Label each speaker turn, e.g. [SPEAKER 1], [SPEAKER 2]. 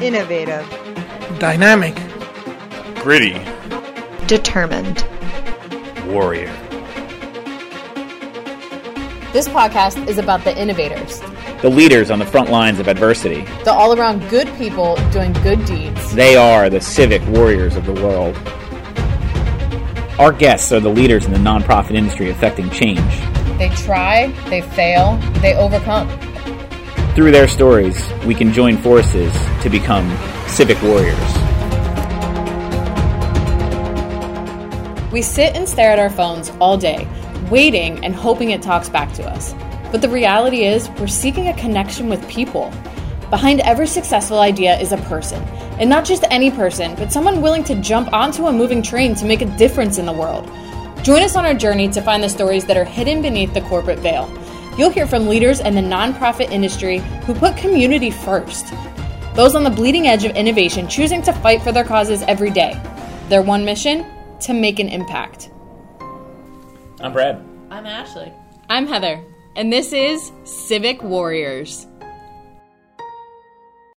[SPEAKER 1] Innovative.
[SPEAKER 2] Dynamic.
[SPEAKER 3] Gritty.
[SPEAKER 4] Determined.
[SPEAKER 3] Warrior.
[SPEAKER 5] This podcast is about the innovators,
[SPEAKER 6] The leaders on the front lines of adversity.
[SPEAKER 5] the all around good people doing good deeds.
[SPEAKER 6] They are the civic warriors of the world. Our guests are the leaders in the nonprofit industry affecting change.
[SPEAKER 5] They try, they fail, they overcome.
[SPEAKER 6] Through their stories, we can join forces to become civic warriors.
[SPEAKER 5] We sit and stare at our phones all day, waiting and hoping it talks back to us. But the reality is, we're seeking a connection with people. Behind every successful idea is a person, and not just any person, but someone willing to jump onto a moving train to make a difference in the world. Join us on our journey to find the stories that are hidden beneath the corporate veil. You'll hear from leaders in the nonprofit industry who put community first. Those on the bleeding edge of innovation choosing to fight for their causes every day. Their one mission? To make an impact.
[SPEAKER 6] I'm Brad.
[SPEAKER 5] I'm Ashley. I'm Heather. And this is Civic Warriors.